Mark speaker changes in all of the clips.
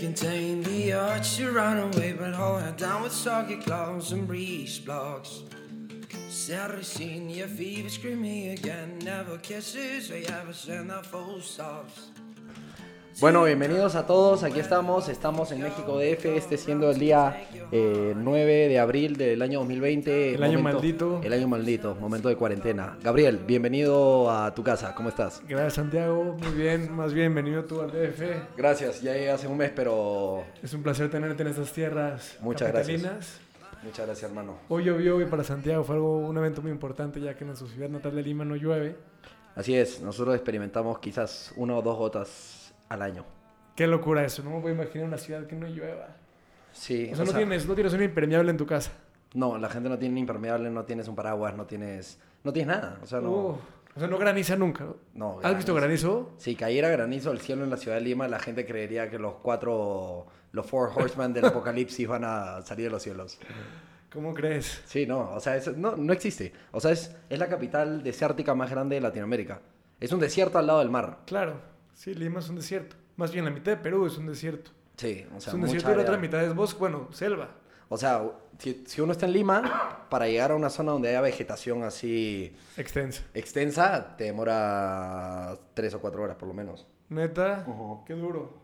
Speaker 1: contain the urge to run away, but hold her down with soggy claws and breeze blocks. Sarah seen your fever screaming again, never kisses, I ever send her full stops.
Speaker 2: Bueno, bienvenidos a todos, aquí estamos, estamos en México DF, este siendo el día eh, 9 de abril del año 2020.
Speaker 3: El año maldito.
Speaker 2: El año maldito, momento de cuarentena. Gabriel, bienvenido a tu casa, ¿cómo estás?
Speaker 3: Gracias Santiago, muy bien, más bien bienvenido tú al DF.
Speaker 2: Gracias, ya llegué hace un mes, pero
Speaker 3: Es un placer tenerte en estas tierras
Speaker 2: Muchas gracias.
Speaker 3: capitalinas.
Speaker 2: muchas gracias hermano.
Speaker 3: Hoy llovió y para Santiago fue algo, un evento muy importante ya que en su ciudad natal de Lima no llueve.
Speaker 2: Así es, nosotros experimentamos quizás una o dos gotas al año.
Speaker 3: Qué locura eso, no me voy a imaginar una ciudad que no llueva.
Speaker 2: Sí,
Speaker 3: O sea,
Speaker 2: o
Speaker 3: no,
Speaker 2: sea,
Speaker 3: tienes, no tienes un impermeable en tu casa.
Speaker 2: no, la gente no tiene impermeable, no tienes un paraguas, no tienes, no tienes nada, o sea, no.
Speaker 3: Uh, o sea, no graniza nunca. ¿no?
Speaker 2: No,
Speaker 3: ¿Has visto granizo?
Speaker 2: Si cayera granizo al cielo en la ciudad de Lima, la gente creería que los cuatro, los Four Horsemen del apocalipsis van a salir de los cielos.
Speaker 3: ¿Cómo crees?
Speaker 2: Sí, no, o sea, eso no, no existe. O sea, es, es la capital desértica más grande de Latinoamérica. Es un desierto al lado del mar.
Speaker 3: Claro, sí, Lima es un desierto. Más bien la mitad de Perú es un desierto.
Speaker 2: Sí, o sea,
Speaker 3: es un
Speaker 2: mucha
Speaker 3: desierto y la
Speaker 2: área.
Speaker 3: otra mitad es bosque, bueno, selva.
Speaker 2: O sea, si, si uno está en Lima, para llegar a una zona donde haya vegetación así
Speaker 3: Extensa.
Speaker 2: extensa, te demora tres o cuatro horas por lo menos.
Speaker 3: Neta,
Speaker 2: Ujú.
Speaker 3: qué duro.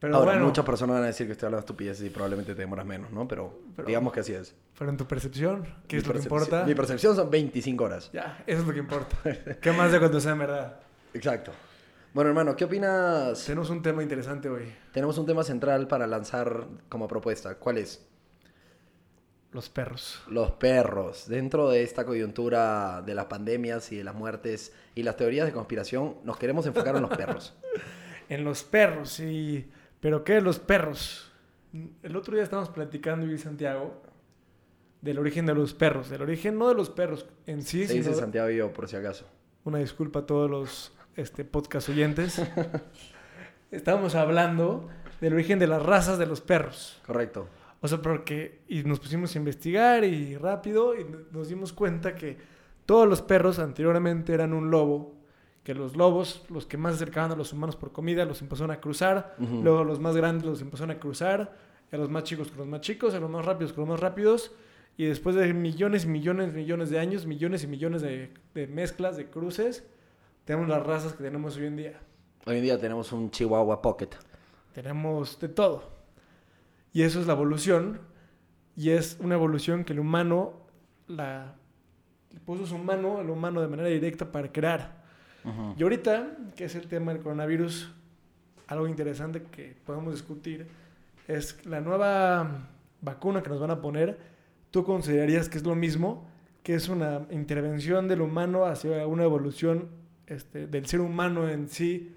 Speaker 3: Pero
Speaker 2: Ahora,
Speaker 3: bueno,
Speaker 2: muchas personas van a decir que estoy hablando de estupideces y probablemente te demoras menos, ¿no? Pero,
Speaker 3: Pero-
Speaker 2: digamos que así es.
Speaker 3: pero en tu percepción, ¿qué
Speaker 2: Mi
Speaker 3: es lo que
Speaker 2: percepci-
Speaker 3: importa?
Speaker 2: Mi percepción son 25 horas.
Speaker 3: Ya, eso es lo que importa. ¿Qué más de cuando sea en verdad?
Speaker 2: Exacto. Bueno, hermano, ¿qué opinas?
Speaker 3: Tenemos un tema interesante hoy.
Speaker 2: Tenemos un tema central para lanzar como propuesta. ¿Cuál es?
Speaker 3: Los perros.
Speaker 2: Los perros. Dentro de esta coyuntura de las pandemias y de las muertes y las teorías de conspiración, nos queremos enfocar en los perros.
Speaker 3: En los perros, y... ¿Pero qué los perros? El otro día estábamos platicando, y Santiago, del origen de los perros. Del origen no de los perros en sí,
Speaker 2: Se dice
Speaker 3: sino...
Speaker 2: Santiago y yo, por si acaso.
Speaker 3: Una disculpa a todos los este, podcast oyentes. Estábamos hablando del origen de las razas de los perros.
Speaker 2: Correcto.
Speaker 3: O sea, porque y nos pusimos a investigar y rápido y no- nos dimos cuenta que todos los perros anteriormente eran un lobo, que los lobos, los que más se acercaban a los humanos por comida, los empezaron a cruzar,
Speaker 2: Ujú.
Speaker 3: luego los más grandes los empezaron a cruzar, a los más chicos con los más chicos, a los más rápidos con los más rápidos, y después de millones, millones, millones de años, millones y millones de, de mezclas, de cruces, tenemos las razas que tenemos hoy en día.
Speaker 2: Hoy en día tenemos un Chihuahua Pocket.
Speaker 3: Tenemos de todo. Y eso es la evolución. Y es una evolución que el humano la le puso su mano, el humano de manera directa para crear. Y ahorita, que es el tema del coronavirus, algo interesante que podemos discutir es la nueva vacuna que nos van a poner. ¿Tú considerarías que es lo mismo? Que es una intervención del humano hacia una evolución este, del ser humano en sí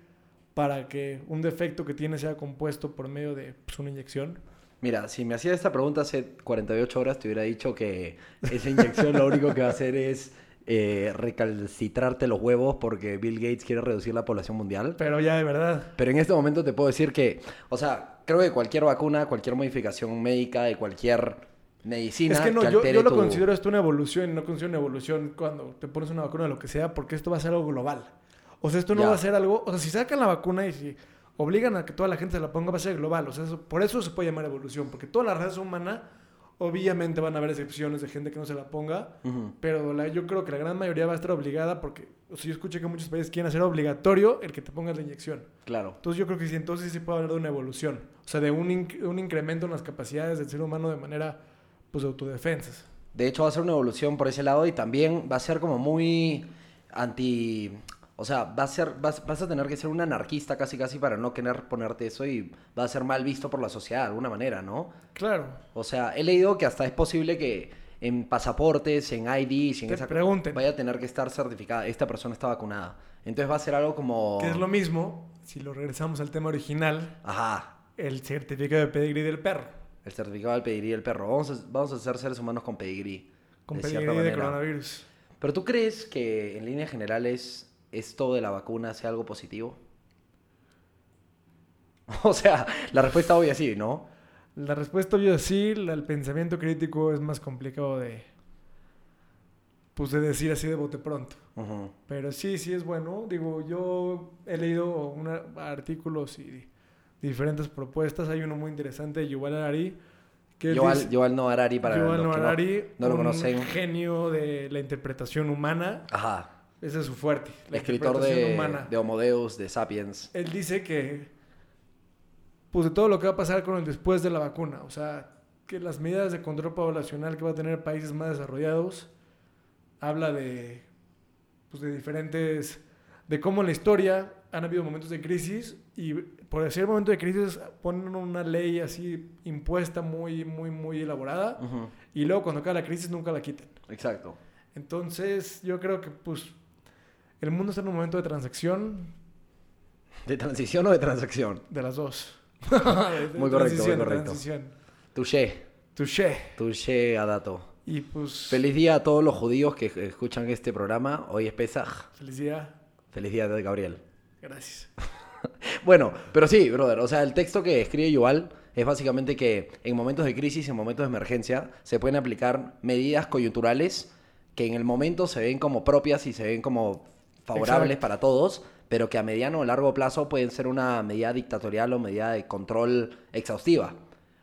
Speaker 3: para que un defecto que tiene sea compuesto por medio de pues, una inyección.
Speaker 2: Mira, si me hacías esta pregunta hace 48 horas, te hubiera dicho que esa inyección lo único que va a hacer es eh, recalcitrarte los huevos porque Bill Gates quiere reducir la población mundial.
Speaker 3: Pero ya de verdad.
Speaker 2: Pero en este momento te puedo decir que, o sea, creo que cualquier vacuna, cualquier modificación médica de cualquier medicina
Speaker 3: es que no, yo,
Speaker 2: altere
Speaker 3: yo lo
Speaker 2: tu-
Speaker 3: considero esto una evolución, no considero una evolución cuando te pones una vacuna o lo que sea, porque esto va a ser algo global. O sea, esto no
Speaker 2: Ya.
Speaker 3: va a ser algo, o sea, si sacan la vacuna y si obligan a que toda la gente se la ponga, va a ser global. O sea, eso- por eso se puede llamar evolución, porque toda la raza humana, obviamente van a haber excepciones de gente que no se la ponga,
Speaker 2: Ujú.
Speaker 3: pero la- yo creo que la gran mayoría va a estar obligada porque, o sea, yo escuché que muchos países quieren hacer obligatorio el que te pongas la inyección.
Speaker 2: Claro.
Speaker 3: Entonces yo creo que sí, entonces sí se puede hablar de una evolución, o sea, de un, inc- un incremento en las capacidades del ser humano de manera, pues, de autodefensas.
Speaker 2: De hecho, va a ser una evolución por ese lado y también va a ser como muy anti. O sea, va a ser, vas, vas a tener que ser un anarquista casi casi para no querer ponerte eso y va a ser mal visto por la sociedad de alguna manera, ¿no?
Speaker 3: Claro.
Speaker 2: O sea, he leído que hasta es posible que en pasaportes, en IDs, en
Speaker 3: Te
Speaker 2: esa
Speaker 3: pregunten.
Speaker 2: vaya a tener que estar certificada. Esta persona está vacunada. Entonces va a ser algo como.
Speaker 3: Que es lo mismo, si lo regresamos al tema original,
Speaker 2: Ajá.
Speaker 3: el certificado de pedigrí del perro.
Speaker 2: El certificado del pedigrí del perro. Vamos a, vamos a ser seres humanos con pedigrí.
Speaker 3: Con
Speaker 2: de cierta
Speaker 3: pedigrí de
Speaker 2: manera.
Speaker 3: coronavirus.
Speaker 2: Pero tú crees que en líneas generales esto de la vacuna sea algo positivo? O sea, la respuesta obvia es sí, ¿no?
Speaker 3: La respuesta obvio es sí, la- el pensamiento crítico es más complicado de... Pues de decir así de bote pronto.
Speaker 2: Ujú.
Speaker 3: Pero sí, sí es bueno. Digo, yo he leído una- artículos y diferentes propuestas. Hay uno muy interesante de Yuval Harari. Que
Speaker 2: Yoal,
Speaker 3: dice-
Speaker 2: Yoal Noah Harari para
Speaker 3: Yuval
Speaker 2: los
Speaker 3: Noah
Speaker 2: que no-
Speaker 3: Harari,
Speaker 2: no, lo
Speaker 3: un
Speaker 2: conocen.
Speaker 3: genio de la interpretación humana.
Speaker 2: Ajá.
Speaker 3: Ese es su fuerte. La
Speaker 2: Escritor
Speaker 3: interpretación
Speaker 2: de,
Speaker 3: humana.
Speaker 2: de Homo Deus, de Sapiens.
Speaker 3: Él dice que, pues de todo lo que va a pasar con el después de la vacuna, o sea, que las medidas de control poblacional que va a tener países más desarrollados, habla de, pues de diferentes, de cómo en la historia han habido momentos de crisis y por decir momento de crisis ponen una ley así impuesta muy, muy, muy elaborada
Speaker 2: Ujú,
Speaker 3: y luego cuando cae la crisis nunca la quitan.
Speaker 2: Exacto.
Speaker 3: Entonces yo creo que pues el mundo está en un momento de transacción
Speaker 2: ¿De transición o de transacción?
Speaker 3: De las dos.
Speaker 2: Muy correcto, muy correcto. Touché.
Speaker 3: Touché.
Speaker 2: Touché a dato.
Speaker 3: Y pues.
Speaker 2: Feliz día a todos los judíos que escuchan este programa. Hoy es Pesaj.
Speaker 3: Felicidad.
Speaker 2: Feliz día de Gabriel.
Speaker 3: Gracias.
Speaker 2: Bueno, pero sí, brother. O sea, el texto que escribe Yuval es básicamente que en momentos de crisis, en momentos de emergencia, se pueden aplicar medidas coyunturales que en el momento se ven como propias y se ven como favorables
Speaker 3: Exacto.
Speaker 2: para todos, pero que a mediano o largo plazo pueden ser una medida dictatorial o medida de control exhaustiva.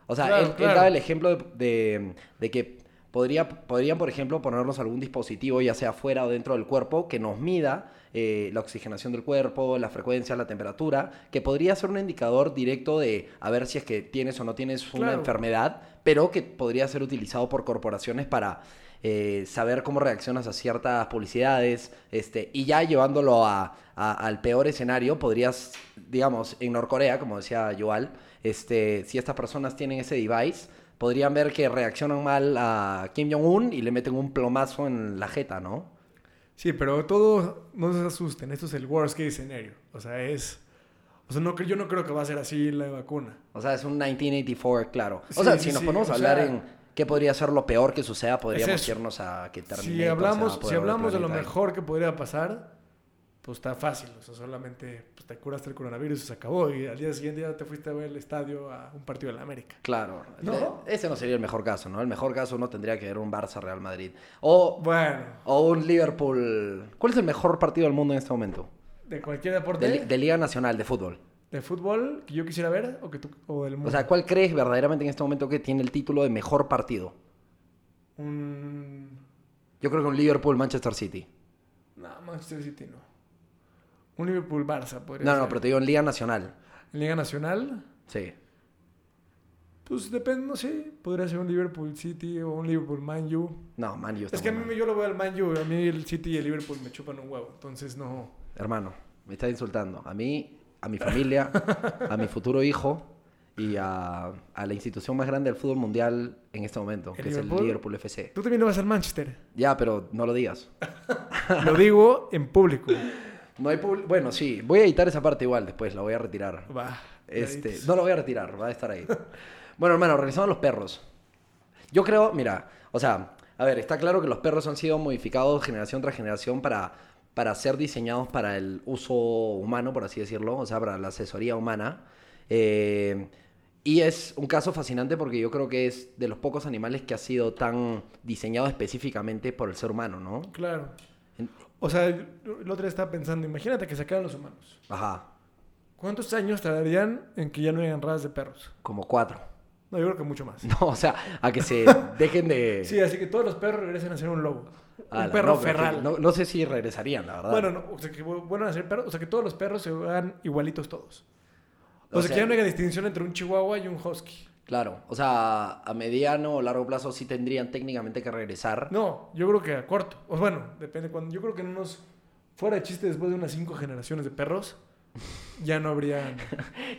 Speaker 2: O sea,
Speaker 3: Claro,
Speaker 2: él, él
Speaker 3: claro.
Speaker 2: daba el ejemplo de, de- de que podría, podrían, por ejemplo, ponernos algún dispositivo, ya sea fuera o dentro del cuerpo, que nos mida eh, la oxigenación del cuerpo, la frecuencia, la temperatura, que podría ser un indicador directo de a ver si es que tienes o no tienes una
Speaker 3: Claro.
Speaker 2: enfermedad, pero que podría ser utilizado por corporaciones para eh, saber cómo reaccionas a ciertas publicidades, este, y ya llevándolo a- a- al peor escenario, podrías, digamos, en Norcorea, como decía Yoal, este, si estas personas tienen ese device, podrían ver que reaccionan mal a Kim Jong-un y le meten un plomazo en la jeta, ¿no?
Speaker 3: Sí, pero todo. No se asusten. Esto es el worst case scenario. O sea, es. O sea, no, cre- yo no creo que va a ser así la vacuna.
Speaker 2: O sea, es un 1984, claro. O
Speaker 3: Sí,
Speaker 2: sea,
Speaker 3: sí,
Speaker 2: si nos
Speaker 3: sí,
Speaker 2: ponemos a
Speaker 3: o
Speaker 2: hablar
Speaker 3: sea-
Speaker 2: en qué podría ser lo peor que suceda, podríamos
Speaker 3: eso.
Speaker 2: irnos a que termine.
Speaker 3: Si hablamos, si hablamos de lo mejor que podría pasar, pues está fácil. O sea, solamente pues, te curaste el coronavirus y se acabó. Y al día siguiente ya te fuiste a ver el estadio a un partido de la América.
Speaker 2: Claro.
Speaker 3: ¿No?
Speaker 2: E- Ese no sería el mejor caso, ¿no? El mejor caso no tendría que ver un Barça Real Madrid. O,
Speaker 3: Bueno,
Speaker 2: o un Liverpool. ¿Cuál es el mejor partido del mundo en este momento?
Speaker 3: de cualquier deporte.
Speaker 2: De, li- de Liga Nacional de Fútbol.
Speaker 3: ¿De fútbol que yo quisiera ver o, que tú, o del mundo?
Speaker 2: O sea, ¿cuál crees verdaderamente en este momento que tiene el título de mejor partido?
Speaker 3: un...
Speaker 2: Yo creo que un Liverpool-Manchester City.
Speaker 3: No, Manchester City no. Un Liverpool-Barça podría
Speaker 2: No,
Speaker 3: ser.
Speaker 2: no, pero te digo en Liga Nacional.
Speaker 3: En Liga Nacional,
Speaker 2: Sí.
Speaker 3: pues depende, no sé. Podría ser un Liverpool-City o un Liverpool-Man U.
Speaker 2: No, Man U está
Speaker 3: Es que a
Speaker 2: muy
Speaker 3: mí
Speaker 2: mal.
Speaker 3: yo lo veo al Man U. A mí el City y el Liverpool me chupan un huevo. Entonces no...
Speaker 2: Hermano, me estás insultando. A mí, a mi familia, a mi futuro hijo y a, a la institución más grande del fútbol mundial en este momento,
Speaker 3: ¿El
Speaker 2: que es el
Speaker 3: Liverpool?
Speaker 2: Liverpool FC.
Speaker 3: Tú también lo vas al Manchester.
Speaker 2: Ya, pero no lo digas.
Speaker 3: Lo digo en público.
Speaker 2: No hay pub- Bueno, sí, voy a editar esa parte igual después, la voy a retirar.
Speaker 3: Va.
Speaker 2: Este,
Speaker 3: Laditos.
Speaker 2: no la voy a retirar, va a estar ahí. Bueno, hermano, regresando a los perros. Yo creo, mira, o sea, a ver, está claro que los perros han sido modificados generación tras generación para, para ser diseñados para el uso humano, por así decirlo, o sea, para la asesoría humana. Eh, y es un caso fascinante porque yo creo que es de los pocos animales que ha sido tan diseñado específicamente por el ser humano, ¿no?
Speaker 3: Claro.
Speaker 2: En-
Speaker 3: O sea, el el otro día estaba pensando, imagínate que sacaran los humanos.
Speaker 2: Ajá,
Speaker 3: ¿Cuántos años tardarían en que ya no hayan razas de perros?
Speaker 2: como cuatro.
Speaker 3: No, yo creo que mucho más.
Speaker 2: No, o sea, a que se dejen de...
Speaker 3: Sí, así que todos los perros regresen a ser un lobo.
Speaker 2: Ala,
Speaker 3: un perro
Speaker 2: no, pero es que
Speaker 3: ferral.
Speaker 2: No, no sé si regresarían, la verdad.
Speaker 3: bueno, no, o sea, que vuelvan a ser perros. O sea, que todos los perros se hagan igualitos todos. O,
Speaker 2: O
Speaker 3: sea,
Speaker 2: sea,
Speaker 3: que ya no haya distinción entre un chihuahua y un husky.
Speaker 2: Claro, o sea, a mediano o largo plazo sí tendrían técnicamente que regresar.
Speaker 3: No, yo creo que a corto. O bueno, depende cuando. Yo creo que en unos. Fuera de chiste, después de unas cinco generaciones de perros, ya no habría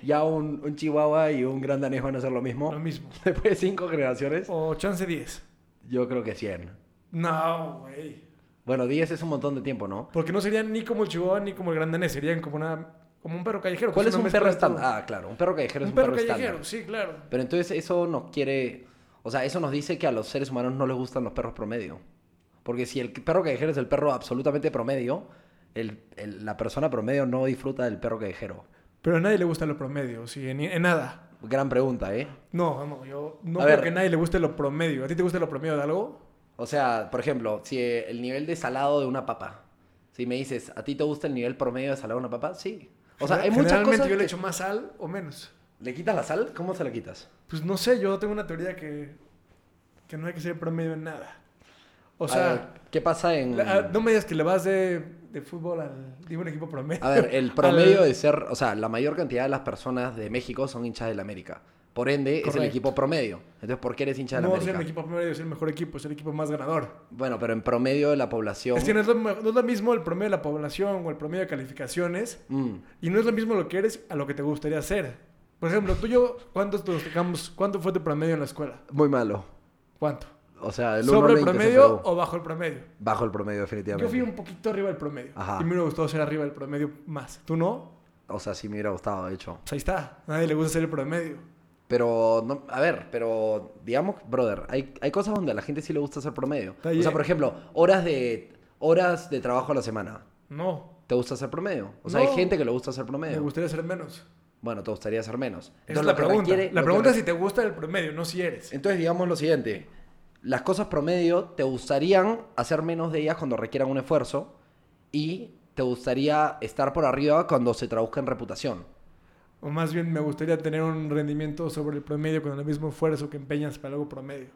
Speaker 2: Ya un, un chihuahua y un gran danés van a hacer lo mismo.
Speaker 3: lo mismo.
Speaker 2: Después de cinco generaciones,
Speaker 3: O chance 10.
Speaker 2: yo creo que 100.
Speaker 3: No, güey.
Speaker 2: Bueno, 10 es un montón de tiempo, ¿no?
Speaker 3: Porque no serían ni como el chihuahua ni como el gran danés. Serían como una. Como un perro callejero. que
Speaker 2: ¿Cuál es
Speaker 3: una
Speaker 2: un
Speaker 3: mezcla
Speaker 2: perro
Speaker 3: de todo.
Speaker 2: estándar? Ah, claro, un perro callejero
Speaker 3: Un
Speaker 2: es
Speaker 3: perro
Speaker 2: estándar.
Speaker 3: callejero, sí, claro.
Speaker 2: Pero entonces eso nos quiere... O sea, eso nos dice que a los seres humanos no les gustan los perros promedio. Porque si el perro callejero es el perro absolutamente promedio, el- el- la persona promedio no disfruta del perro callejero.
Speaker 3: Pero a nadie le gusta lo promedio, sí, en, en nada.
Speaker 2: Gran pregunta, ¿eh?
Speaker 3: No, no, yo no
Speaker 2: A
Speaker 3: creo
Speaker 2: ver.
Speaker 3: que a nadie le guste lo promedio. ¿A ti te gusta lo promedio de algo?
Speaker 2: O sea, por ejemplo, si eh, el nivel de salado de una papa. Si me dices, ¿a ti te gusta el nivel promedio de salado de una papa? Sí. O sea, hay muchas
Speaker 3: Generalmente
Speaker 2: cosas.
Speaker 3: yo le
Speaker 2: que-
Speaker 3: echo más sal o menos.
Speaker 2: ¿Le quitas la sal? ¿Cómo se la quitas?
Speaker 3: Pues no sé, yo tengo una teoría que, que no hay que ser promedio en nada. O sea,
Speaker 2: Ah, ¿qué pasa en...?
Speaker 3: la- ah, no me digas que le vas de, de fútbol al. Digo un equipo promedio.
Speaker 2: A ver, el promedio
Speaker 3: Al-
Speaker 2: de ser, o sea, la mayor cantidad de las personas de México son hinchas del América. Por ende, es el
Speaker 3: Correcto.
Speaker 2: equipo promedio. Entonces, ¿por qué eres hincha del
Speaker 3: No es
Speaker 2: América?
Speaker 3: el equipo promedio, es el mejor equipo, es el equipo más ganador.
Speaker 2: Bueno, pero en promedio de la población.
Speaker 3: Es que no es, lo, me- no es lo mismo el promedio de la población o el promedio de calificaciones.
Speaker 2: Mm,
Speaker 3: Y no es lo mismo lo que eres a lo que te gustaría ser. Por ejemplo, tú y yo, ¿cuántos te destacamos- ¿cuánto fue tu promedio en la escuela?
Speaker 2: muy malo.
Speaker 3: ¿Cuánto?
Speaker 2: O sea, el 1
Speaker 3: ¿Sobre
Speaker 2: al
Speaker 3: el
Speaker 2: 20 se
Speaker 3: promedio
Speaker 2: fregó.
Speaker 3: o bajo el promedio?
Speaker 2: Bajo el promedio,
Speaker 3: Yo
Speaker 2: definitivamente.
Speaker 3: fui un poquito arriba del promedio.
Speaker 2: Ajá.
Speaker 3: Y me hubiera gustado ser arriba del promedio más. ¿Tú no?
Speaker 2: O sea, sí me hubiera gustado, de hecho.
Speaker 3: Pues ahí está. A nadie le gusta ser el promedio.
Speaker 2: Pero, no, a ver, pero digamos, brother, hay, hay cosas donde a la gente sí le gusta hacer promedio.
Speaker 3: Está
Speaker 2: O sea,
Speaker 3: bien.
Speaker 2: por ejemplo, horas de, horas de trabajo a la semana.
Speaker 3: No.
Speaker 2: ¿Te gusta hacer promedio? O sea,
Speaker 3: No.
Speaker 2: hay gente que le gusta hacer
Speaker 3: Me
Speaker 2: promedio.
Speaker 3: gustaría ser menos.
Speaker 2: Bueno, te gustaría hacer menos.
Speaker 3: Esa
Speaker 2: Entonces,
Speaker 3: es
Speaker 2: lo que
Speaker 3: la pregunta.
Speaker 2: requiere-
Speaker 3: la
Speaker 2: lo que
Speaker 3: pregunta es
Speaker 2: re-
Speaker 3: si te gusta el promedio, no si eres.
Speaker 2: Entonces, digamos lo siguiente. Las cosas promedio te gustarían hacer menos de ellas cuando requieran un esfuerzo y te gustaría estar por arriba cuando se traduzca en reputación.
Speaker 3: O más bien, me gustaría tener un rendimiento sobre el promedio con el mismo esfuerzo que empeñas para algo promedio.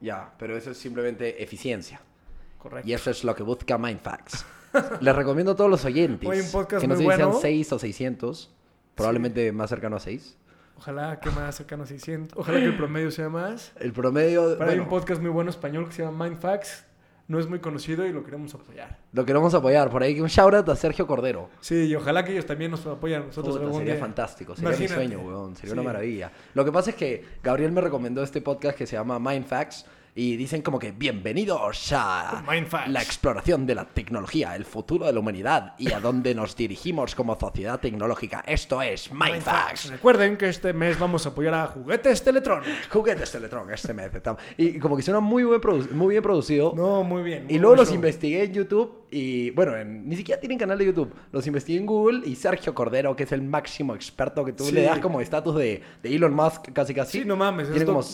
Speaker 2: Ya, pero eso es simplemente eficiencia.
Speaker 3: Correcto.
Speaker 2: Y eso es lo que busca Mindfax. Les recomiendo a todos los oyentes
Speaker 3: Oye, un podcast
Speaker 2: que no
Speaker 3: muy
Speaker 2: sé si sean
Speaker 3: bueno.
Speaker 2: 6 o 600, probablemente más cercano a 6.
Speaker 3: Ojalá que más cercano a 600. Ojalá que el promedio sea más.
Speaker 2: El promedio,
Speaker 3: Pero hay un
Speaker 2: bueno,
Speaker 3: podcast muy bueno español que se llama Mindfax. No es muy conocido y lo queremos apoyar.
Speaker 2: lo queremos apoyar. Por ahí un shout out a Sergio Cordero.
Speaker 3: Sí, y ojalá que ellos también nos apoyen a nosotros
Speaker 2: Puta,
Speaker 3: algún
Speaker 2: sería
Speaker 3: día.
Speaker 2: fantástico, sería
Speaker 3: Imagínate.
Speaker 2: mi sueño, weón, sería una
Speaker 3: Sí.
Speaker 2: maravilla. Lo que pasa es que Gabriel me recomendó este podcast que se llama Mind Facts y dicen como que bienvenidos a
Speaker 3: Mind Facts".
Speaker 2: la exploración de la tecnología, el futuro de la humanidad y a dónde nos dirigimos como sociedad tecnológica. Esto es Mind Facts.
Speaker 3: Recuerden que este mes vamos a apoyar a Juguetes Teletron.
Speaker 2: Juguetes Teletron, este mes. tam- Y como que suena muy, buen produ- muy bien producido.
Speaker 3: No, muy bien.
Speaker 2: Y
Speaker 3: muy
Speaker 2: luego
Speaker 3: buen
Speaker 2: los
Speaker 3: show.
Speaker 2: investigué en YouTube y, bueno, en- ni siquiera tienen canal de YouTube. Los investigué en Google y Sergio Cordero, que es el máximo experto que tú
Speaker 3: Sí.
Speaker 2: le das como estatus de, de Elon Musk casi casi.
Speaker 3: Sí, no mames,
Speaker 2: Tiene
Speaker 3: esto-
Speaker 2: como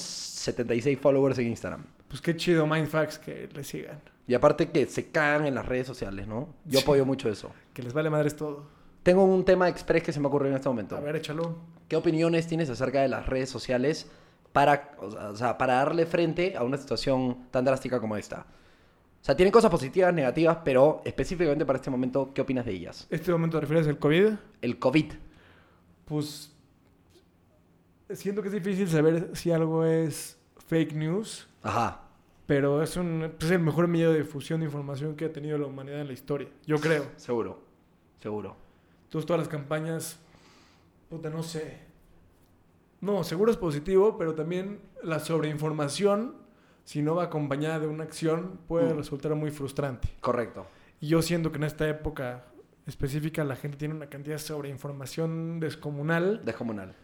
Speaker 2: 76 followers en Instagram.
Speaker 3: Pues qué chido Mindfax que le sigan.
Speaker 2: Y aparte que se cagan en las redes sociales, ¿no? Yo
Speaker 3: Sí.
Speaker 2: apoyo mucho eso.
Speaker 3: Que les vale madres todo.
Speaker 2: Tengo un tema express que se me ocurrió en este momento.
Speaker 3: A ver, échalo.
Speaker 2: ¿Qué opiniones tienes acerca de las redes sociales para, o sea, para darle frente a una situación tan drástica como esta? O sea, tienen cosas positivas, negativas, pero específicamente para este momento, ¿qué opinas de ellas?
Speaker 3: ¿Este momento te refieres al COVID?
Speaker 2: El COVID.
Speaker 3: Pues siento que es difícil saber si algo es fake news,
Speaker 2: Ajá.
Speaker 3: pero es un, pues, el mejor medio de difusión de información que ha tenido la humanidad en la historia. Yo creo.
Speaker 2: Seguro. Seguro.
Speaker 3: Entonces todas las campañas, puta, no sé. No, seguro es positivo, pero también la sobreinformación, si no va acompañada de una acción, puede
Speaker 2: Mm.
Speaker 3: resultar muy frustrante.
Speaker 2: Correcto.
Speaker 3: Y yo siento que en esta época específica la gente tiene una cantidad de sobreinformación descomunal
Speaker 2: Descomunal.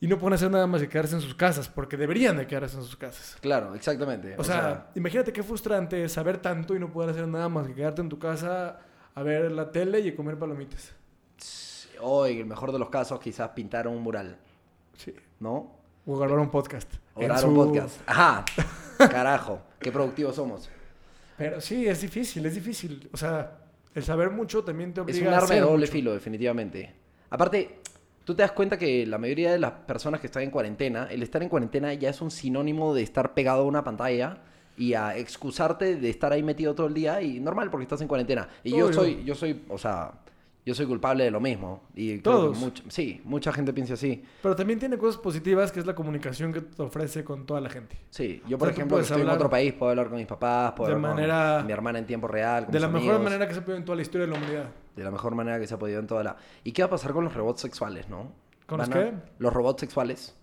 Speaker 3: y no pueden hacer nada más que quedarse en sus casas, porque deberían de quedarse en sus casas.
Speaker 2: Claro, exactamente.
Speaker 3: O, sea, imagínate qué frustrante es saber tanto y no poder hacer nada más que quedarte en tu casa a ver la tele y comer palomitas.
Speaker 2: sea, hoy, en el mejor de los casos, quizás pintaron un mural,
Speaker 3: Sí.
Speaker 2: ¿no?
Speaker 3: O grabar un podcast.
Speaker 2: O
Speaker 3: En
Speaker 2: grabar
Speaker 3: su-
Speaker 2: un podcast. Ajá. Carajo. Qué productivos somos.
Speaker 3: Pero sí, es difícil, es difícil. O sea, el saber mucho también te
Speaker 2: Es
Speaker 3: obliga
Speaker 2: un
Speaker 3: a
Speaker 2: arma de
Speaker 3: hacer
Speaker 2: doble
Speaker 3: mucho.
Speaker 2: filo, definitivamente. Aparte, tú te das cuenta que la mayoría de las personas que están en cuarentena, el estar en cuarentena ya es un sinónimo de estar pegado a una pantalla y a excusarte de estar ahí metido todo el día y normal porque estás en cuarentena. Y yo
Speaker 3: Obvio.
Speaker 2: soy, yo soy, o sea, yo soy culpable de lo mismo. Y creo
Speaker 3: Todos.
Speaker 2: que mucha- sí, mucha gente piensa así.
Speaker 3: Pero también tiene cosas positivas, que es la comunicación que te ofrece con toda la gente.
Speaker 2: Sí, yo
Speaker 3: O
Speaker 2: por
Speaker 3: sea, tú
Speaker 2: ejemplo, que
Speaker 3: puedes
Speaker 2: estoy en
Speaker 3: hablar
Speaker 2: otro país, puedo hablar con mis papás, puedo
Speaker 3: de
Speaker 2: hablar con
Speaker 3: manera-
Speaker 2: mi hermana en tiempo real. con
Speaker 3: de
Speaker 2: mis
Speaker 3: la mejor
Speaker 2: amigos.
Speaker 3: manera que se ha podido en toda la historia de la humanidad.
Speaker 2: De la mejor manera que se ha podido en toda la... ¿Y qué va a pasar con los robots sexuales, no?
Speaker 3: ¿Con los
Speaker 2: Van a-
Speaker 3: qué?
Speaker 2: Los robots sexuales.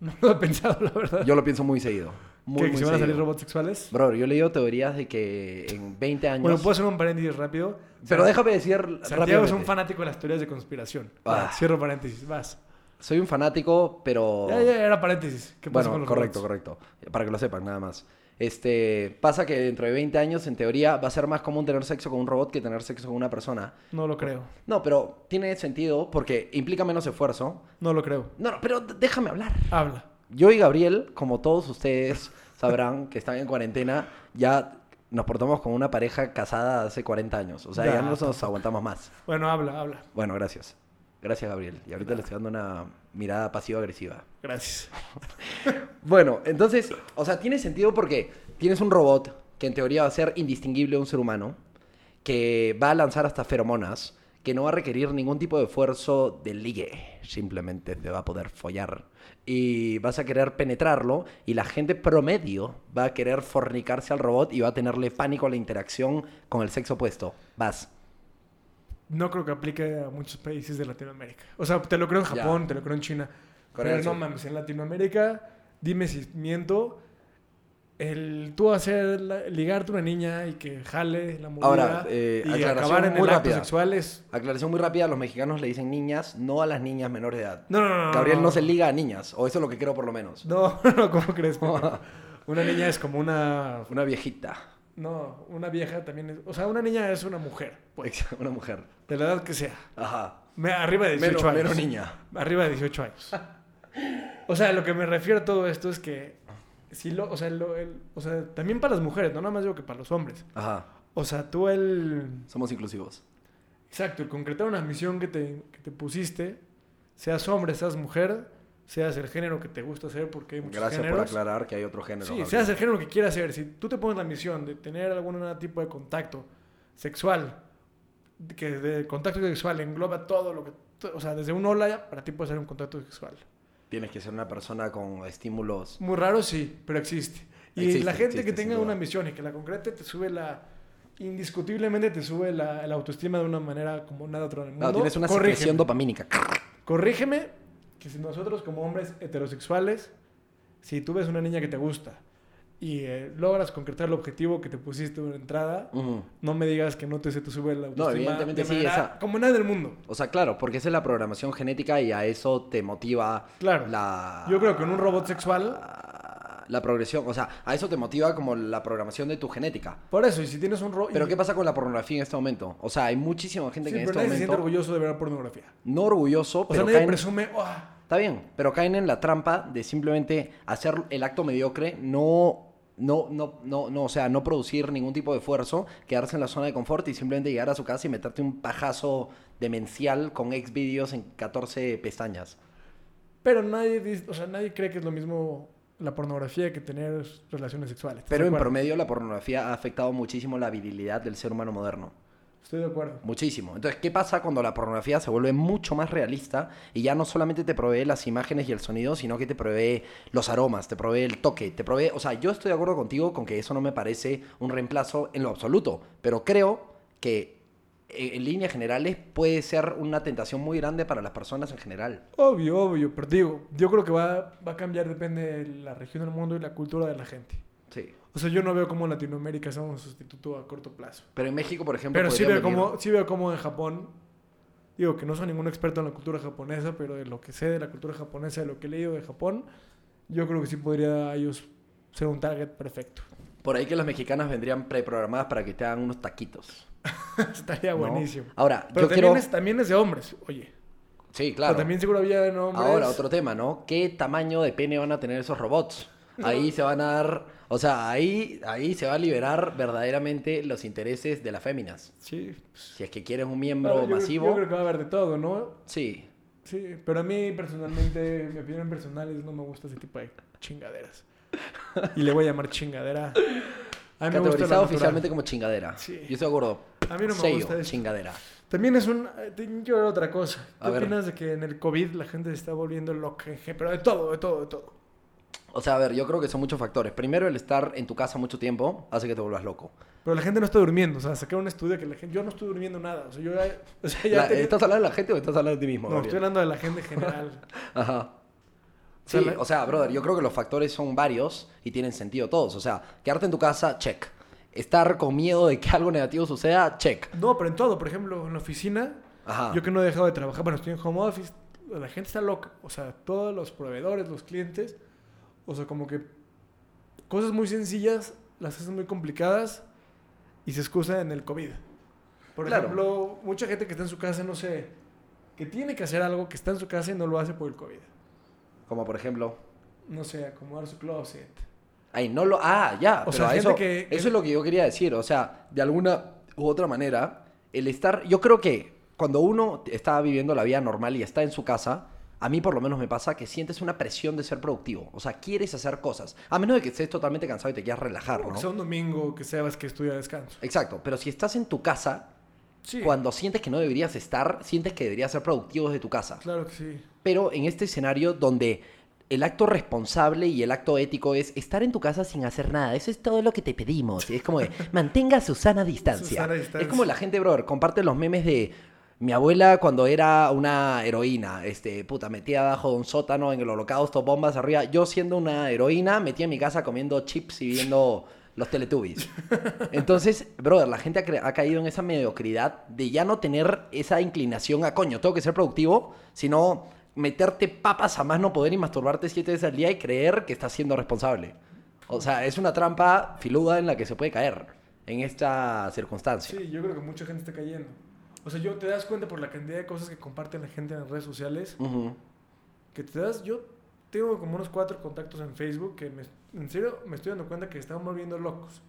Speaker 3: No lo he pensado, la verdad.
Speaker 2: Yo lo pienso muy seguido. Muy,
Speaker 3: ¿Que, que
Speaker 2: muy
Speaker 3: se van a salir
Speaker 2: seguido.
Speaker 3: robots sexuales?
Speaker 2: Bro, yo he leído teorías de que en 20 años...
Speaker 3: Bueno, puedo hacer un paréntesis rápido.
Speaker 2: Pero
Speaker 3: San-
Speaker 2: déjame decir
Speaker 3: Santiago es
Speaker 2: rápidamente.
Speaker 3: un fanático de las teorías de conspiración.
Speaker 2: Ah.
Speaker 3: Va, cierro paréntesis, vas.
Speaker 2: Soy un fanático, pero...
Speaker 3: Ya, ya, era paréntesis. ¿Qué pasó
Speaker 2: bueno,
Speaker 3: con los
Speaker 2: correcto,
Speaker 3: robots?
Speaker 2: correcto. Para que lo sepan, nada más. Este, pasa que dentro de 20 años, en teoría, va a ser más común tener sexo con un robot que tener sexo con una persona.
Speaker 3: No lo creo.
Speaker 2: No, pero tiene sentido porque implica menos esfuerzo.
Speaker 3: No lo creo.
Speaker 2: No, no, pero d- déjame hablar.
Speaker 3: Habla.
Speaker 2: Yo y Gabriel, como todos ustedes sabrán que están en cuarentena, ya nos portamos como una pareja casada hace 40 años. O sea, ya,
Speaker 3: Ya,
Speaker 2: no nos aguantamos más.
Speaker 3: Bueno, habla, habla.
Speaker 2: Bueno, gracias. Gracias, Gabriel. Y ahorita le estoy dando una mirada pasivo-agresiva.
Speaker 3: Gracias.
Speaker 2: Bueno, entonces, o sea, tiene sentido porque tienes un robot que en teoría va a ser indistinguible de un ser humano, que va a lanzar hasta feromonas, que no va a requerir ningún tipo de esfuerzo de ligue, simplemente te va a poder follar. Y vas a querer penetrarlo y la gente promedio va a querer fornicarse al robot y va a tenerle pánico a la interacción con el sexo opuesto. Vas.
Speaker 3: No creo que aplique a muchos países de Latinoamérica. O sea, te lo creo en
Speaker 2: Ya.
Speaker 3: Japón, te lo creo en China.
Speaker 2: Corea
Speaker 3: Pero
Speaker 2: del
Speaker 3: no
Speaker 2: Sur.
Speaker 3: mames, en Latinoamérica, dime si miento. El tú hacer la- ligarte a una niña y que jale la mujer
Speaker 2: Ahora, eh,
Speaker 3: y
Speaker 2: aclaración
Speaker 3: acabar en
Speaker 2: muy
Speaker 3: el acto
Speaker 2: rápida.
Speaker 3: sexual es-
Speaker 2: Aclaración muy rápida, los mexicanos le dicen niñas, no a las niñas menores de edad.
Speaker 3: No, no, no, no.
Speaker 2: Gabriel
Speaker 3: no.
Speaker 2: no se liga a niñas, o eso es lo que creo por lo menos.
Speaker 3: No, no, ¿cómo crees? pendejo? una niña es como una.
Speaker 2: Una viejita,
Speaker 3: No, una vieja también es. O sea, una niña es una mujer, pues.
Speaker 2: una mujer.
Speaker 3: De la edad que sea.
Speaker 2: Ajá.
Speaker 3: Me- arriba de 18
Speaker 2: Menos,
Speaker 3: años.
Speaker 2: menos niña.
Speaker 3: Arriba de 18 años. O sea, lo que me refiero a todo esto es que. Si lo, o, sea, lo- el- o sea, también para las mujeres, no nada más digo que para los hombres.
Speaker 2: Ajá.
Speaker 3: O sea, tú el.
Speaker 2: Somos inclusivos.
Speaker 3: Exacto, el concretar una misión que te, que te pusiste, seas hombre, seas mujer, seas el género que te gusta hacer, porque hay muchos
Speaker 2: Gracias por
Speaker 3: géneros.
Speaker 2: aclarar que hay otro género.
Speaker 3: Sí,
Speaker 2: Gabriel.
Speaker 3: seas el género que quieras ser. Si tú te pones la misión de tener algún tipo de contacto sexual, que de contacto sexual engloba todo lo que. to- O sea, desde un hola para ti puede ser un contacto sexual.
Speaker 2: Tienes que ser una persona con estímulos.
Speaker 3: Muy raro, sí, pero existe. Y
Speaker 2: Existe,
Speaker 3: la gente
Speaker 2: existe,
Speaker 3: que tenga
Speaker 2: sin duda.
Speaker 3: una misión y que la concrete te sube la. Indiscutiblemente te sube la, la autoestima de una manera como nada otra en el mundo.
Speaker 2: No, tienes una
Speaker 3: Corrígeme.
Speaker 2: secreción dopamínica.
Speaker 3: Corrígeme que si nosotros como hombres heterosexuales, si tú ves una niña que te gusta y eh, logras concretar el objetivo que te pusiste en la entrada,
Speaker 2: Ujú.
Speaker 3: no me digas que no te se te sube la autoestima.
Speaker 2: evidentemente
Speaker 3: de
Speaker 2: sí,
Speaker 3: manera-
Speaker 2: esa-
Speaker 3: Como nada del mundo.
Speaker 2: O sea, claro, porque esa es la programación genética y a eso te motiva
Speaker 3: Claro.
Speaker 2: la...
Speaker 3: Yo creo que en un robot sexual...
Speaker 2: La progresión. O sea, a eso te motiva como la programación de tu genética.
Speaker 3: Por eso, y si tienes un robot...
Speaker 2: Pero ¿qué pasa con la pornografía en este momento? O sea, hay muchísima gente que en este
Speaker 3: pero nadie se siente
Speaker 2: momento...
Speaker 3: orgulloso de ver pornografía.
Speaker 2: No orgulloso,
Speaker 3: O sea,
Speaker 2: pero
Speaker 3: nadie
Speaker 2: caen...
Speaker 3: presume... "Ah,
Speaker 2: Está bien, pero caen en la trampa de simplemente hacer el acto mediocre, no, no, no, no, no, o sea, no producir ningún tipo de esfuerzo, quedarse en la zona de confort y simplemente llegar a su casa y meterte un pajazo demencial con ex vídeos en 14 pestañas.
Speaker 3: Pero nadie, dice- o sea, nadie cree que es lo mismo la pornografía que tener relaciones sexuales. ¿Estás
Speaker 2: Pero
Speaker 3: de
Speaker 2: en
Speaker 3: acuerdo?
Speaker 2: promedio la pornografía ha afectado muchísimo la virilidad del ser humano moderno.
Speaker 3: Estoy de acuerdo.
Speaker 2: Muchísimo. Entonces, ¿qué pasa cuando la pornografía se vuelve mucho más realista y ya no solamente te provee las imágenes y el sonido, sino que te provee los aromas, te provee el toque, te provee... O sea, yo estoy de acuerdo contigo con que eso no me parece un reemplazo en lo absoluto, pero creo que eh, en líneas generales puede ser una tentación muy grande para las personas en general.
Speaker 3: Obvio, obvio, pero te digo, yo creo que va, va a cambiar, depende de la región del mundo y la cultura de la gente.
Speaker 2: Sí.
Speaker 3: O sea, yo no veo cómo Latinoamérica sea un sustituto a corto plazo.
Speaker 2: Pero en México, por ejemplo...
Speaker 3: Pero sí
Speaker 2: podrían
Speaker 3: veo,
Speaker 2: venir-
Speaker 3: cómo, sí veo cómo en Japón, digo que no soy ningún experto en la cultura japonesa, pero de lo que sé de la cultura japonesa, de lo que he leído de Japón, yo creo que sí podría ellos ser un target perfecto.
Speaker 2: Por ahí que las mexicanas vendrían preprogramadas para que te hagan unos taquitos.
Speaker 3: Estaría
Speaker 2: ¿no?
Speaker 3: buenísimo.
Speaker 2: Ahora,
Speaker 3: Pero
Speaker 2: yo
Speaker 3: también,
Speaker 2: quiero...
Speaker 3: es, también es de hombres, oye.
Speaker 2: Sí,
Speaker 3: Pero
Speaker 2: claro.
Speaker 3: también seguro había en hombres.
Speaker 2: Ahora, otro tema, ¿no? ¿Qué tamaño de pene van a tener esos robots? Ahí se van a dar, o sea, ahí, ahí se va a liberar verdaderamente los intereses de las féminas.
Speaker 3: Sí. pues,
Speaker 2: Si es que quieres un miembro
Speaker 3: Ahora, yo creo-
Speaker 2: masivo,
Speaker 3: Yo creo que va a haber de todo, ¿no?
Speaker 2: sí.
Speaker 3: Sí, pero a mí personalmente, mi opinión personal es no me gusta ese tipo de chingaderas. Y le voy a llamar chingadera. A mí me gusta
Speaker 2: Categorizado
Speaker 3: la
Speaker 2: oficialmente
Speaker 3: oficialmente
Speaker 2: como chingadera.
Speaker 3: Sí.
Speaker 2: Yo estoy de acuerdo.
Speaker 3: A mí no me
Speaker 2: Sello,
Speaker 3: gusta eso.
Speaker 2: chingadera.
Speaker 3: También es un... eh, te- Yo era otra cosa. ¿Qué
Speaker 2: A ver.
Speaker 3: opinas de que en el COVID la gente se está volviendo loca? Je, Pero de todo, de todo, de todo.
Speaker 2: O sea, a ver, yo creo que son muchos factores. Primero, el estar en tu casa mucho tiempo hace que te vuelvas loco.
Speaker 3: Pero la gente no está durmiendo. O sea, sacar un estudio que la gente... Yo no estoy durmiendo nada. O sea, yo ya... O sea, ya
Speaker 2: La-
Speaker 3: tenía-
Speaker 2: ¿Estás hablando de la gente o estás hablando de ti mismo?
Speaker 3: No,
Speaker 2: Gabriel?
Speaker 3: estoy hablando de la gente en general.
Speaker 2: Ajá.
Speaker 3: O
Speaker 2: Sí,
Speaker 3: sea, la-
Speaker 2: o sea, brother, yo creo que los factores son varios y tienen sentido todos. O sea, quedarte en tu casa, check. Estar con miedo de que algo negativo suceda, check.
Speaker 3: No, pero en todo. Por ejemplo, en la oficina,
Speaker 2: Ajá.
Speaker 3: yo que no he dejado de trabajar, bueno, estoy en home office, la gente está loca. O sea, todos los proveedores, los clientes, o sea, como que cosas muy sencillas las hacen muy complicadas y se excusan en el COVID. Por
Speaker 2: Claro.
Speaker 3: ejemplo, mucha gente que está en su casa, no sé, que tiene que hacer algo que está en su casa y no lo hace por el COVID.
Speaker 2: Como por ejemplo.
Speaker 3: No sé, acomodar su closet.
Speaker 2: Ay, no lo. Ah, ya.
Speaker 3: O
Speaker 2: pero
Speaker 3: sea,
Speaker 2: a
Speaker 3: gente
Speaker 2: eso,
Speaker 3: que- que-
Speaker 2: eso es lo que yo quería decir. O sea, de alguna u otra manera, el estar. Yo creo que cuando uno está viviendo la vida normal y está en su casa, a mí por lo menos me pasa que sientes una presión de ser productivo. O sea, quieres hacer cosas. A menos de que estés totalmente cansado y te quieras relajar,
Speaker 3: O
Speaker 2: ¿no?
Speaker 3: Que sea un domingo, que sabes que estudia descanso.
Speaker 2: Exacto. Pero si estás en tu casa,
Speaker 3: Sí.
Speaker 2: cuando sientes que no deberías estar, sientes que deberías ser productivo desde tu casa.
Speaker 3: Claro que sí.
Speaker 2: Pero en este escenario donde el acto responsable y el acto ético es estar en tu casa sin hacer nada. Eso es todo lo que te pedimos. Y Es como de, mantenga su sana distancia.
Speaker 3: Su sana distancia.
Speaker 2: Es como la gente, brother, comparte los memes de mi abuela cuando era una heroína. Este, puta, metía abajo de un sótano en el holocausto, bombas arriba. Yo siendo una heroína, metía en mi casa comiendo chips y viendo los teletubbies. Entonces, brother, la gente ha, cre- ha caído en esa mediocridad de ya no tener esa inclinación a coño, tengo que ser productivo, sino meterte papas a más no poder y masturbarte siete veces al día y creer que estás siendo responsable. O sea, es una trampa filuda en la que se puede caer en esta circunstancia.
Speaker 3: Sí, yo creo que mucha gente está cayendo. O sea, yo te das cuenta por la cantidad de cosas que comparten la gente en las redes sociales.
Speaker 2: Ujú.
Speaker 3: Que te das. Yo tengo como unos cuatro contactos en Facebook que me, en serio me estoy dando cuenta que están volviendo locos.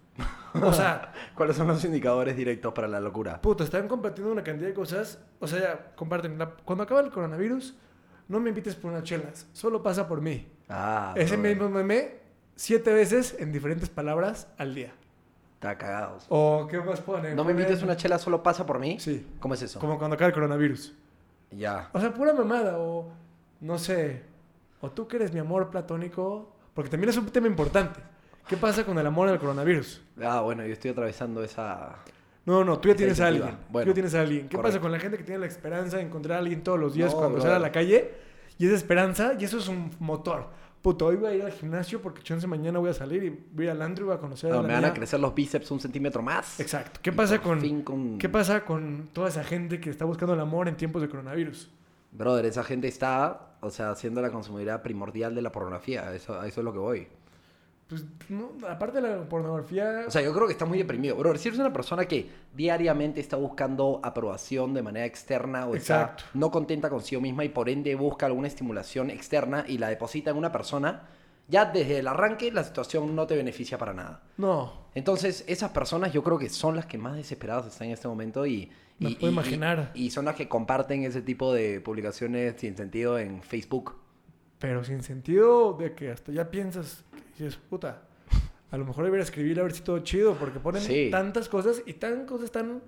Speaker 3: O sea,
Speaker 2: ¿Cuáles son los indicadores directos para la locura?
Speaker 3: Puta, están compartiendo una cantidad de cosas. O sea, ya, comparten. la- cuando acaba el coronavirus, no me invites por unas chelas. Solo pasa por mí.
Speaker 2: Ah,
Speaker 3: Ese
Speaker 2: brother,
Speaker 3: mismo meme, siete veces en diferentes palabras al día.
Speaker 2: Está cagado.
Speaker 3: O, ¿qué más ponen?
Speaker 2: No me
Speaker 3: Ponen-
Speaker 2: invites una chela, solo pasa por mí.
Speaker 3: Sí.
Speaker 2: ¿Cómo es eso?
Speaker 3: Como cuando acaba el coronavirus.
Speaker 2: Ya.
Speaker 3: O sea, pura mamada. O, no sé. O tú que eres mi amor platónico. Porque también es un tema importante. ¿Qué pasa con el amor al coronavirus?
Speaker 2: Ah, bueno, yo estoy atravesando esa...
Speaker 3: No, no, tú ya
Speaker 2: Esa
Speaker 3: tienes a
Speaker 2: disyuntiva.
Speaker 3: alguien.
Speaker 2: Bueno,
Speaker 3: tú ya tienes a alguien. ¿Qué pasa
Speaker 2: correcto.
Speaker 3: con la gente que tiene la esperanza de encontrar a alguien todos los días
Speaker 2: No,
Speaker 3: cuando sale a
Speaker 2: brother.
Speaker 3: la calle? Y esa esperanza, y eso es un motor. Puto, hoy voy a ir al gimnasio porque chance mañana voy a salir y voy a ir al antro y voy a conocer a
Speaker 2: No,
Speaker 3: la
Speaker 2: ah, me van a
Speaker 3: niña.
Speaker 2: crecer los bíceps un centímetro más.
Speaker 3: Exacto. ¿Qué
Speaker 2: Y
Speaker 3: pasa
Speaker 2: por
Speaker 3: con,
Speaker 2: fin con-
Speaker 3: ¿Qué pasa con toda esa gente que está buscando el amor en tiempos de coronavirus?
Speaker 2: Brother, esa gente está, o sea, haciendo la consumidora primordial de la pornografía. Eso, a eso es lo que voy.
Speaker 3: Pues, no, aparte de la pornografía...
Speaker 2: O sea, yo creo que está muy deprimido. Brother, si eres una persona que diariamente está buscando aprobación de manera externa o
Speaker 3: Exacto.
Speaker 2: está no contenta consigo misma y por ende busca alguna estimulación externa y la deposita en una persona, ya desde el arranque la situación no te beneficia para nada.
Speaker 3: no,
Speaker 2: Entonces, esas personas yo creo que son las que más desesperadas están en este momento y...
Speaker 3: Me
Speaker 2: y-
Speaker 3: puedo
Speaker 2: y-
Speaker 3: imaginar.
Speaker 2: Y, y son las que comparten ese tipo de publicaciones sin sentido en Facebook.
Speaker 3: pero sin sentido de que hasta ya piensas que dices, puta, a lo mejor debería escribir a ver si todo chido, porque ponen
Speaker 2: Sí.
Speaker 3: tantas cosas y tan cosas tan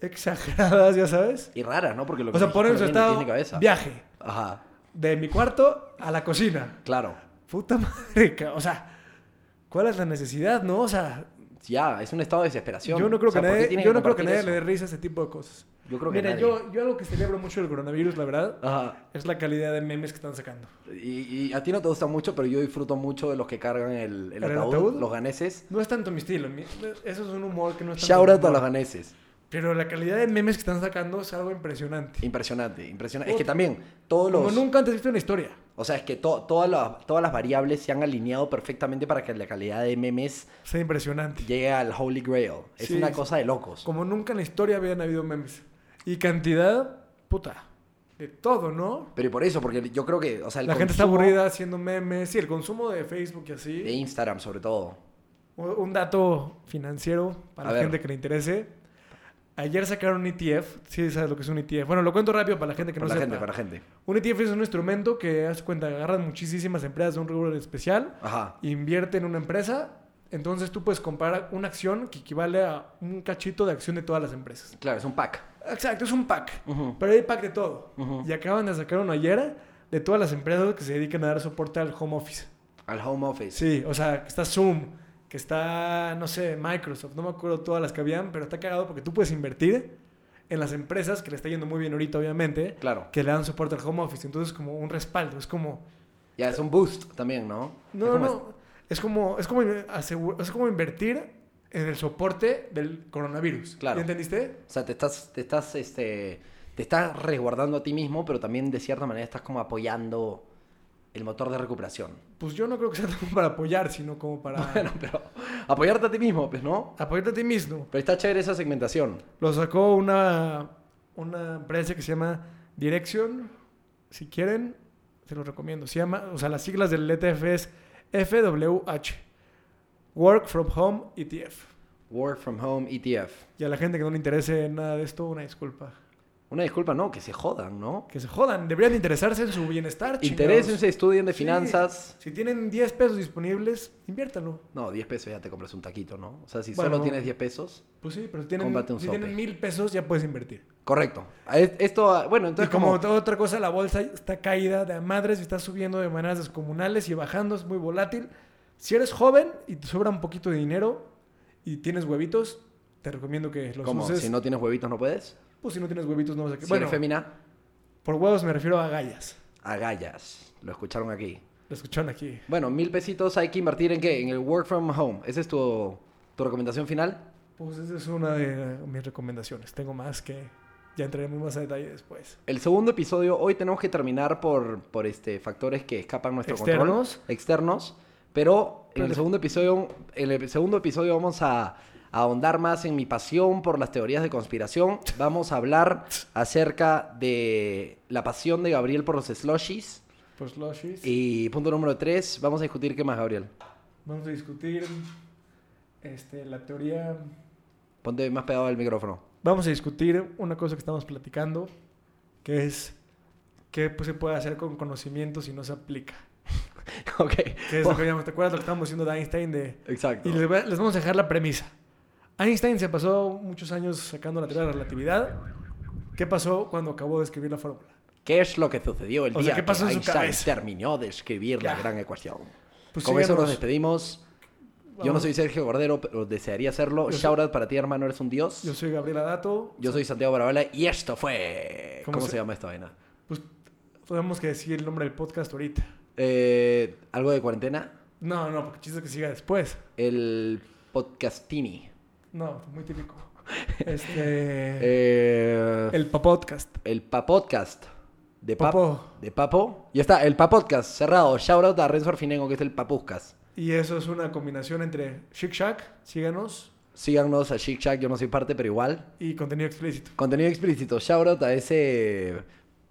Speaker 3: exageradas, ya sabes.
Speaker 2: Y raras, ¿no? Porque lo que
Speaker 3: O sea,
Speaker 2: dijiste
Speaker 3: ponen su
Speaker 2: también me
Speaker 3: estado
Speaker 2: tiene cabeza.
Speaker 3: viaje
Speaker 2: Ajá,
Speaker 3: de mi cuarto a la cocina.
Speaker 2: claro.
Speaker 3: Puta madre, ca- o sea, ¿cuál es la necesidad, no? O sea,
Speaker 2: Ya, es un estado de desesperación.
Speaker 3: yo no creo
Speaker 2: O sea,
Speaker 3: que
Speaker 2: ¿por qué
Speaker 3: nadie,
Speaker 2: tienen
Speaker 3: yo no creo que
Speaker 2: compartir
Speaker 3: nadie
Speaker 2: eso?
Speaker 3: le dé risa a ese tipo de cosas.
Speaker 2: Yo creo que
Speaker 3: Mira,
Speaker 2: nadie.
Speaker 3: yo, yo algo que celebro mucho del coronavirus, la verdad,
Speaker 2: Ajá.
Speaker 3: es la calidad de memes que están sacando.
Speaker 2: Y, y a ti no te gusta mucho, pero yo disfruto mucho de los que cargan el, el
Speaker 3: ¿El
Speaker 2: ataúd,
Speaker 3: ataúd?
Speaker 2: los ganeses.
Speaker 3: No es tanto mi estilo, mi- eso es un humor que no es tanto
Speaker 2: Shout
Speaker 3: mi
Speaker 2: out a
Speaker 3: humor.
Speaker 2: los ganeses.
Speaker 3: Pero la calidad de memes que están sacando es algo impresionante.
Speaker 2: Impresionante, impresionante. Es que también todos
Speaker 3: Como
Speaker 2: los...
Speaker 3: nunca antes visto en la historia.
Speaker 2: O sea, es que to- todas, las, todas las variables se han alineado perfectamente para que la calidad de memes
Speaker 3: Es impresionante.
Speaker 2: llegue al Holy Grail. Es
Speaker 3: Sí,
Speaker 2: una
Speaker 3: sí.
Speaker 2: cosa de locos.
Speaker 3: Como nunca en la historia habían habido memes. Y cantidad, puta, de todo, ¿no?
Speaker 2: Pero y por eso, porque yo creo que, o sea, el
Speaker 3: la gente está
Speaker 2: consumo
Speaker 3: aburrida haciendo memes. Sí, el consumo de Facebook y así.
Speaker 2: de Instagram sobre todo.
Speaker 3: Un un dato financiero para
Speaker 2: A
Speaker 3: la
Speaker 2: ver.
Speaker 3: gente que le interese. Ayer sacaron un ETF. Sí, sabes lo que es un ETF. Bueno, lo cuento rápido para la gente que
Speaker 2: Para
Speaker 3: no
Speaker 2: la
Speaker 3: sepa.
Speaker 2: gente, para la gente.
Speaker 3: Un ETF es un instrumento que, haz cuenta, agarran muchísimas empresas de un rubro en especial.
Speaker 2: Ajá.
Speaker 3: invierte en una empresa, entonces tú puedes comprar una acción que equivale a un cachito de acción de todas las empresas.
Speaker 2: Claro, es un pack.
Speaker 3: Exacto, es un pack,
Speaker 2: Ujú.
Speaker 3: pero hay pack de todo.
Speaker 2: Ujú.
Speaker 3: Y acaban de sacar una ayer de todas las empresas que se dedican a dar soporte al home office.
Speaker 2: Al home office.
Speaker 3: Sí, o sea, que está Zoom, que está, no sé, Microsoft, no me acuerdo todas las que habían, pero está cagado porque tú puedes invertir en las empresas que le está yendo muy bien ahorita, obviamente,
Speaker 2: Claro.
Speaker 3: que le dan soporte al home office. Entonces, como un respaldo, es como,
Speaker 2: Ya, es un boost también, ¿no? Es
Speaker 3: No,
Speaker 2: como-
Speaker 3: no. Es como, es, como asegu- es como invertir en el soporte del coronavirus.
Speaker 2: Claro.
Speaker 3: ¿Ya entendiste?
Speaker 2: O sea, te estás, te estás, este, te estás resguardando a ti mismo, pero también de cierta manera estás como apoyando el motor de recuperación.
Speaker 3: Pues yo no creo que sea tanto para apoyar, sino como para
Speaker 2: Bueno, pero apoyarte a ti mismo, pues, ¿no?
Speaker 3: apoyarte a ti mismo.
Speaker 2: Pero está chévere esa segmentación.
Speaker 3: Lo sacó una, una empresa que se llama Direction. Si quieren, se los recomiendo. Se llama, o sea, las siglas del ETF es FWH. Work from Home E ETF.
Speaker 2: Work from home E ETF.
Speaker 3: Y a la gente que no le interese nada de esto, una disculpa.
Speaker 2: Una disculpa, no, que se jodan, ¿no?
Speaker 3: Que se jodan. Deberían de interesarse en su bienestar,
Speaker 2: Interésense,
Speaker 3: Ah, chingados.
Speaker 2: estudien de
Speaker 3: Sí.
Speaker 2: finanzas.
Speaker 3: Si tienen 10 pesos disponibles, inviértanlo.
Speaker 2: No, 10 pesos ya te compras un taquito, ¿no? O sea, si
Speaker 3: Bueno.
Speaker 2: solo tienes 10 pesos.
Speaker 3: Pues sí, pero si tienen,
Speaker 2: Cómprate un
Speaker 3: si
Speaker 2: sope.
Speaker 3: tienen mil pesos, ya puedes invertir.
Speaker 2: Correcto. A es- Esto, ah, bueno, entonces
Speaker 3: y como,
Speaker 2: como...
Speaker 3: toda otra cosa, la bolsa está caída de a madres y está subiendo de maneras descomunales y bajando, es muy volátil. Si eres joven y te sobra un poquito de dinero y tienes huevitos, te recomiendo que los
Speaker 2: como
Speaker 3: uses.
Speaker 2: si no tienes huevitos no puedes.
Speaker 3: Pues si no tienes huevitos, no vas a...
Speaker 2: Si
Speaker 3: bueno,
Speaker 2: eres fémina,
Speaker 3: por huevos me refiero a gallas.
Speaker 2: agallas. Lo escucharon aquí.
Speaker 3: Lo escucharon aquí.
Speaker 2: Bueno, mil pesitos hay que invertir en qué? En el work from home. ¿Esa es tu, tu recomendación final?
Speaker 3: Pues esa es una de mis recomendaciones. Tengo más que ya entraremos más a detalle después.
Speaker 2: El segundo episodio, hoy tenemos que terminar por, por este, factores que escapan a nuestro
Speaker 3: Externos.
Speaker 2: control. Externos. Pero en el
Speaker 3: Pero-
Speaker 2: segundo episodio, en el segundo episodio vamos a, a ahondar más en mi pasión por las teorías de conspiración. Vamos a hablar acerca de la pasión de Gabriel por los slushies.
Speaker 3: Pues slushies.
Speaker 2: Y punto número tres, vamos a discutir qué más, Gabriel.
Speaker 3: Vamos a discutir este, la teoría.
Speaker 2: Ponte más pegado al micrófono.
Speaker 3: Vamos a discutir una cosa que estamos platicando, que es qué pues, se puede hacer con conocimiento si no se aplica.
Speaker 2: ok.
Speaker 3: Que es lo que habíamos- ¿Te acuerdas lo que estábamos diciendo de Einstein? De,
Speaker 2: Exacto.
Speaker 3: y les, va- les vamos a dejar la premisa. Einstein se pasó muchos años sacando la teoría de la relatividad. ¿Qué pasó cuando acabó de escribir la fórmula?
Speaker 2: ¿Qué es lo que sucedió el
Speaker 3: O
Speaker 2: día
Speaker 3: sea, ¿qué pasó
Speaker 2: que
Speaker 3: en su
Speaker 2: Einstein
Speaker 3: cabeza?
Speaker 2: terminó de escribir la
Speaker 3: Ya.
Speaker 2: gran ecuación?
Speaker 3: Pues
Speaker 2: Con eso
Speaker 3: síganos.
Speaker 2: nos despedimos. Yo no
Speaker 3: Vamos.
Speaker 2: soy Sergio Cordero, pero desearía hacerlo.
Speaker 3: Yo soy-
Speaker 2: Shout out para ti, hermano, eres un dios.
Speaker 3: Yo
Speaker 2: Yo,
Speaker 3: soy Gabriela Dato.
Speaker 2: soy Santiago Barabala y esto fue...
Speaker 3: ¿Cómo
Speaker 2: ¿Cómo,
Speaker 3: se-
Speaker 2: se... llama esta vaina?
Speaker 3: Pues tenemos que decir el nombre del podcast ahorita.
Speaker 2: Eh, ¿Algo de cuarentena?
Speaker 3: No, no, porque chiste que siga después.
Speaker 2: El podcastini.
Speaker 3: No, muy típico. Este.
Speaker 2: Eh, el...
Speaker 3: el podcast.
Speaker 2: papodcast. De pap-
Speaker 3: Papo.
Speaker 2: De papo. Ya está, el papodcast, cerrado. Shout out a Renzo Arfinengo, que es el papuscast.
Speaker 3: Y eso es una combinación entre Chic Shack, síganos,
Speaker 2: Síganos a Chic Shack, yo no soy parte, pero igual.
Speaker 3: y contenido explícito.
Speaker 2: Contenido explícito. Shoutout a ese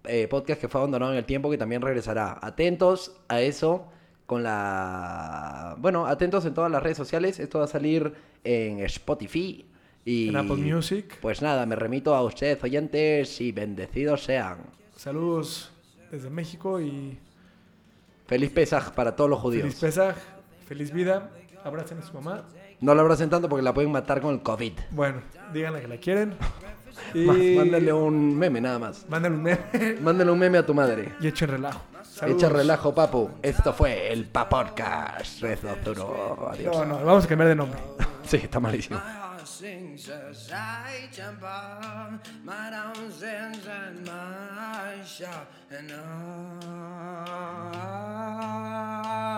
Speaker 2: eh, podcast que fue abandonado en el tiempo que también regresará. Atentos a eso con la... Bueno, atentos en todas las redes sociales. Esto va a salir en Spotify y...
Speaker 3: En Apple Music.
Speaker 2: Pues nada, me remito a ustedes oyentes y bendecidos sean.
Speaker 3: Saludos desde México y
Speaker 2: Feliz Pesaj para todos los judíos.
Speaker 3: feliz Pesaj, feliz vida. Abracen a su mamá.
Speaker 2: no la abracen tanto porque la pueden matar con el COVID.
Speaker 3: Bueno, díganle que la quieren. Y
Speaker 2: Más, Mándale un meme nada más.
Speaker 3: mándale un meme
Speaker 2: Mándale un meme a tu madre.
Speaker 3: y echen relajo.
Speaker 2: Echa
Speaker 3: Saludos.
Speaker 2: relajo, papu. Esto fue el Papodcast. Rezo duro. Adiós.
Speaker 3: No, no, vamos a cambiar de nombre.
Speaker 2: Sí, está malísimo.
Speaker 1: My heart sings as I jump up, my downs ends and my shout, and I.